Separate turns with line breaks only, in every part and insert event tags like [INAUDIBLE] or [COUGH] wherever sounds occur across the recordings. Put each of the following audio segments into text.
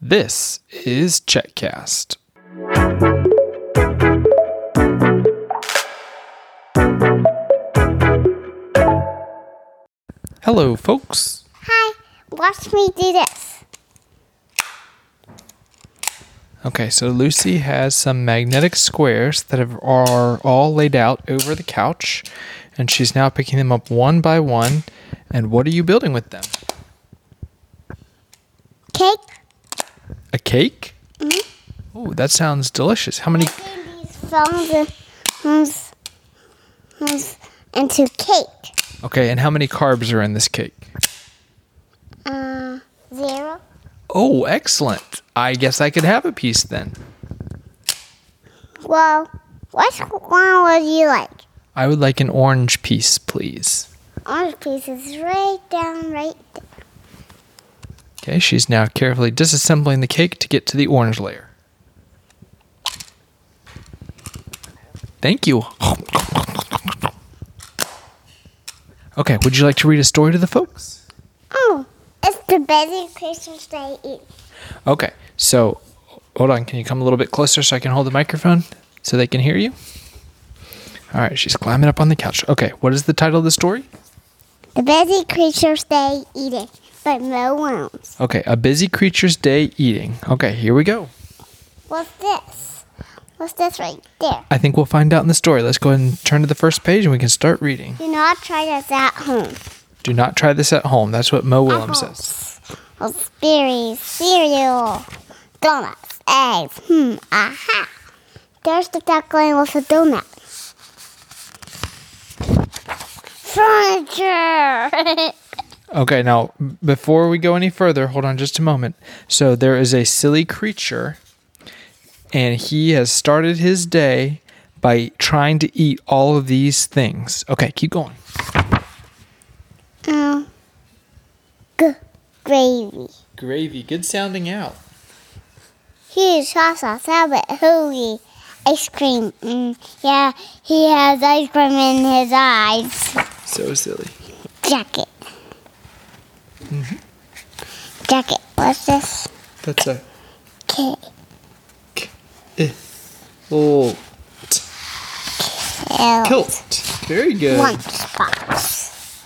This is Checkcast. Hello, folks.
Hi, watch me do this.
Okay, so Lucy has some magnetic squares that have, are all laid out over the couch, and she's now picking them up one by one. And what are you building with them?
Cake.
A cake? Oh, that sounds delicious. How many?
These phones and- phones- phones into cake.
Okay, and how many carbs are in this cake?
Uh, zero.
Oh, excellent. I guess I could have a piece then.
Well, which one would you like?
I would like an orange piece, please.
Orange piece is right down, right. There.
Okay, she's now carefully disassembling the cake to get to the orange layer. Thank you. Okay, would you like to read a story to the folks?
Oh, it's the best Christmas day eat.
Okay, so hold on. Can you come a little bit closer so I can hold the microphone so they can hear you? All right, she's climbing up on the couch. Okay, what is the title of the story?
The busy creatures they eat it, but no worms.
Okay, a busy creature's day eating. Okay, here we go.
What's this? What's this right there?
I think we'll find out in the story. Let's go ahead and turn to the first page and we can start reading.
Do not try this at home.
Do not try this at home. That's what Mo Willem
home.
says.
Apples, berries, Uh-huh. cereal, donuts, eggs. Hmm, aha. There's the duck going with a donut. Furniture! [LAUGHS]
Okay, now before we go any further, hold on just a moment. So there is a silly creature and he has started his day by trying to eat all of these things. Okay, keep going.
um, g- gravy.
Gravy, good sounding out.
Huge hot sauce, salad, hoagie, ice cream. Mm, yeah, he has ice cream in his eyes.
So silly.
Jacket. Jacket. What's this?
That's a
K.
oh
L.
kilt. Very good.
lunchbox.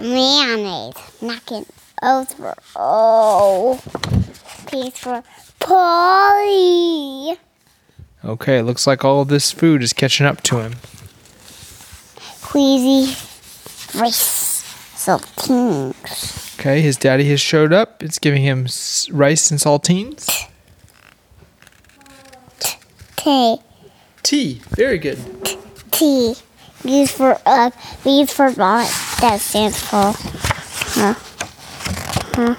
Mayonnaise. Knocking over. Oh. Piece for Polly.
Okay, looks like all of this food is catching up to him.
Queasy. Rice. Saltines.
Okay, his daddy has showed up. It's giving him s- rice and saltines.
Tay.
Tea. Very good.
T. Used for, uh, used for vomit. That stands for, huh? Huh?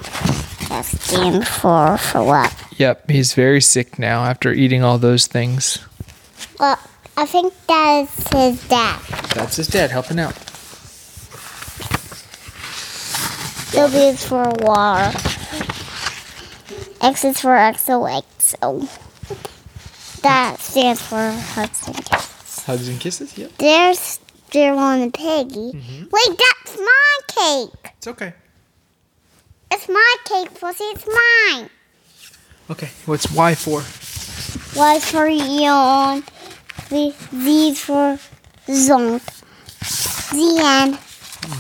That stands for, for what?
Yep, he's very sick now after eating all those things.
Well, I think that is his dad.
That's his dad helping out.
W is for war. X is for XOXO. That stands for husband.
Hugs and kisses. Yep,
There's Daryl and Peggy. Wait, that's my cake.
it's okay.
It's my cake, pussy. It's mine.
Okay, what's Y for?
Y's for yawn. Z- Z's for zonk. The end.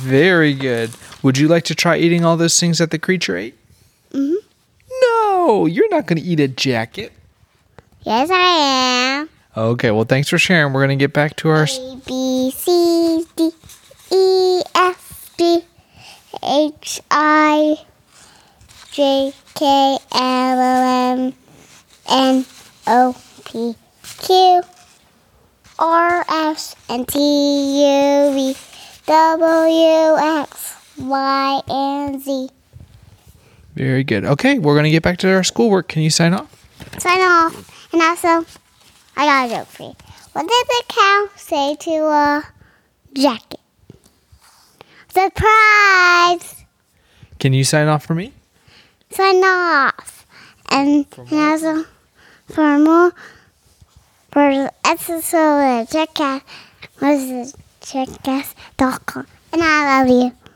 Very good. Would you like to try eating all those things that the creature ate?
Mhm.
No, you're not going to eat a jacket.
Yes, I am.
Okay, well, thanks for sharing. We're going to get back to our. s-
A B C D E F G H I J K L O M N O P Q R S and T U V W X Y and Z.
Very good. Okay, we're going to get back to our schoolwork. Can you sign off?
Sign off. And also, I got a joke for you. What did the cow say to a jacket? Surprise!
Can you sign off for me?
Sign off. And, and also, for more, for the episode of Checkcast, was checkcast.com. And I love you.